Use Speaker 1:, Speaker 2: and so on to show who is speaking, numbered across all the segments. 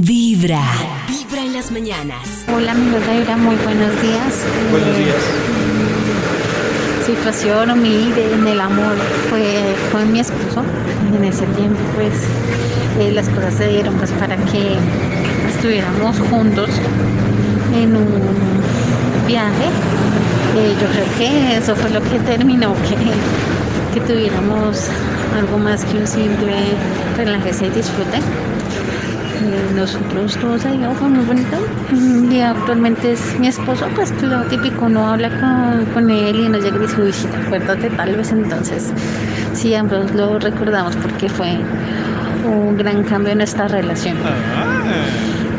Speaker 1: Vibra. Vibra en las mañanas.
Speaker 2: Hola amigos de Vibra, muy buenos días. Eh,
Speaker 3: Buenos días.
Speaker 2: Situación o mi de- en el amor fue con mi esposo. En ese tiempo pues eh, las cosas se dieron pues para que estuviéramos juntos en un viaje. Eh, yo creo que eso fue lo que terminó que, que tuviéramos algo más que un simple relajarse y disfrute. Eh, Nosotros todos ahí, ¿no? fue muy bonito. Mm, Y actualmente es mi esposo, pues lo típico, no habla con, con él y nos llega y dice, uy, sí, acuérdate tal vez entonces. Sí, ambos lo recordamos porque fue un gran cambio en nuestra relación,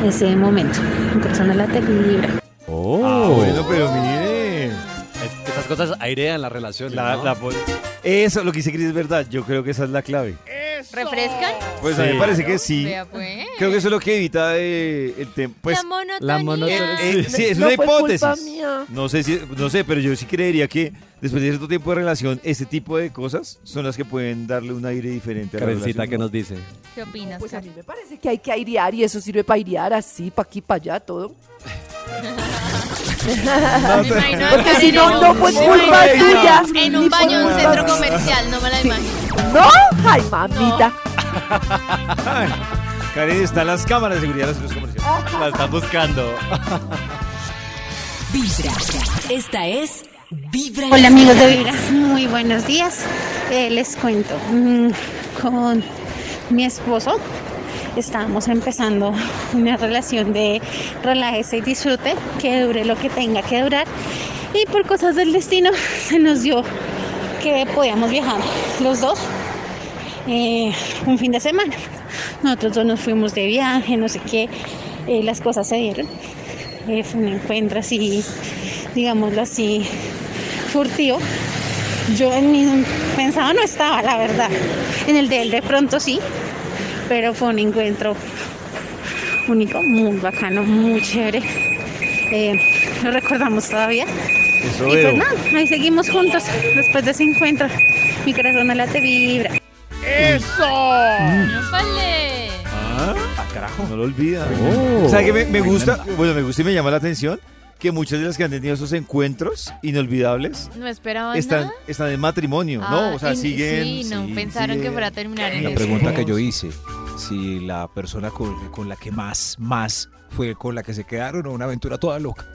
Speaker 2: ese momento. Persona la vibra.
Speaker 4: Oh.
Speaker 3: Ah, bueno, pero mire.
Speaker 4: Es- Esas cosas airean las relaciones.
Speaker 3: La-
Speaker 4: ¿no?
Speaker 3: la po- eso, lo que dice Cris es verdad. Yo creo que esa es la clave.
Speaker 5: ¿Refrescan?
Speaker 3: Pues a mí me
Speaker 4: Sí.
Speaker 3: parece que sí.
Speaker 5: Vea, pues.
Speaker 3: Creo que eso es lo que evita eh, el tema. Pues,
Speaker 5: la monotonía.
Speaker 4: la monotonía.
Speaker 3: eh, sí, es una hipótesis. No sé, si, no sé, pero yo sí creería que después de cierto tiempo de relación, este tipo de cosas son las que pueden darle un aire diferente a la
Speaker 4: Karencita
Speaker 3: relación.
Speaker 4: que
Speaker 3: ¿no?
Speaker 4: nos dice.
Speaker 5: ¿Qué opinas,
Speaker 6: Pues a mí
Speaker 5: Karen?
Speaker 6: me parece que hay que airear y eso sirve para airear así, pa' aquí, pa' allá, todo.
Speaker 5: Me imagino a
Speaker 6: Porque
Speaker 5: Karen
Speaker 6: si no,
Speaker 5: en
Speaker 6: no
Speaker 5: un-
Speaker 6: fue
Speaker 5: me
Speaker 6: culpa
Speaker 5: imagino a
Speaker 6: tuya.
Speaker 5: Karen En un
Speaker 6: ni
Speaker 5: baño, en
Speaker 6: por
Speaker 5: un
Speaker 6: culpa-
Speaker 5: centro comercial, no me la imagino.
Speaker 6: No, ay, mamita.
Speaker 3: Karen, están las cámaras de seguridad de los centros comerciales.
Speaker 4: La están buscando.
Speaker 1: Vibra. Esta es Vibra. en
Speaker 2: Hola
Speaker 1: las
Speaker 2: amigos de Vibra,
Speaker 1: mañanas.
Speaker 2: muy buenos días. Eh, les cuento, mm, con mi esposo estábamos empezando una relación de relájese y disfrute, que dure lo que tenga que durar. Y por cosas del destino se nos dio que podíamos viajar los dos eh, un fin de semana. Nosotros dos nos fuimos de viaje, no sé qué, eh, las cosas se dieron. Eh, fue un encuentro así, digámoslo así, furtivo. Yo en mi pensado no estaba, la verdad. En el de él de pronto sí, pero fue un encuentro único, muy bacano, muy chévere. Eh, lo recordamos todavía.
Speaker 3: Eso
Speaker 2: y pues
Speaker 3: veo.
Speaker 2: nada, ahí seguimos juntos después de ese encuentro. Mi corazón late vibra.
Speaker 5: ¡Ópale!
Speaker 3: No lo olvida.
Speaker 4: Oh.
Speaker 3: O sea, que me, me gusta, bueno, me gusta y me llama la atención que muchas de las que han tenido esos encuentros inolvidables
Speaker 5: No esperaban
Speaker 3: están,
Speaker 5: nada.
Speaker 3: están en matrimonio,
Speaker 5: Ah,
Speaker 3: ¿no? O sea,
Speaker 5: y-
Speaker 3: siguen.
Speaker 5: Sí, no,
Speaker 3: sí,
Speaker 5: pensaron
Speaker 3: siguen.
Speaker 5: que fuera a terminar en
Speaker 7: La
Speaker 3: Sí.
Speaker 5: eso.
Speaker 7: pregunta que yo hice, si la persona con, con la que más, más fue con la que se quedaron o una aventura toda loca.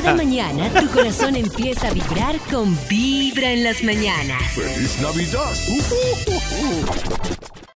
Speaker 1: Cada mañana tu corazón empieza a vibrar con Vibra en las mañanas.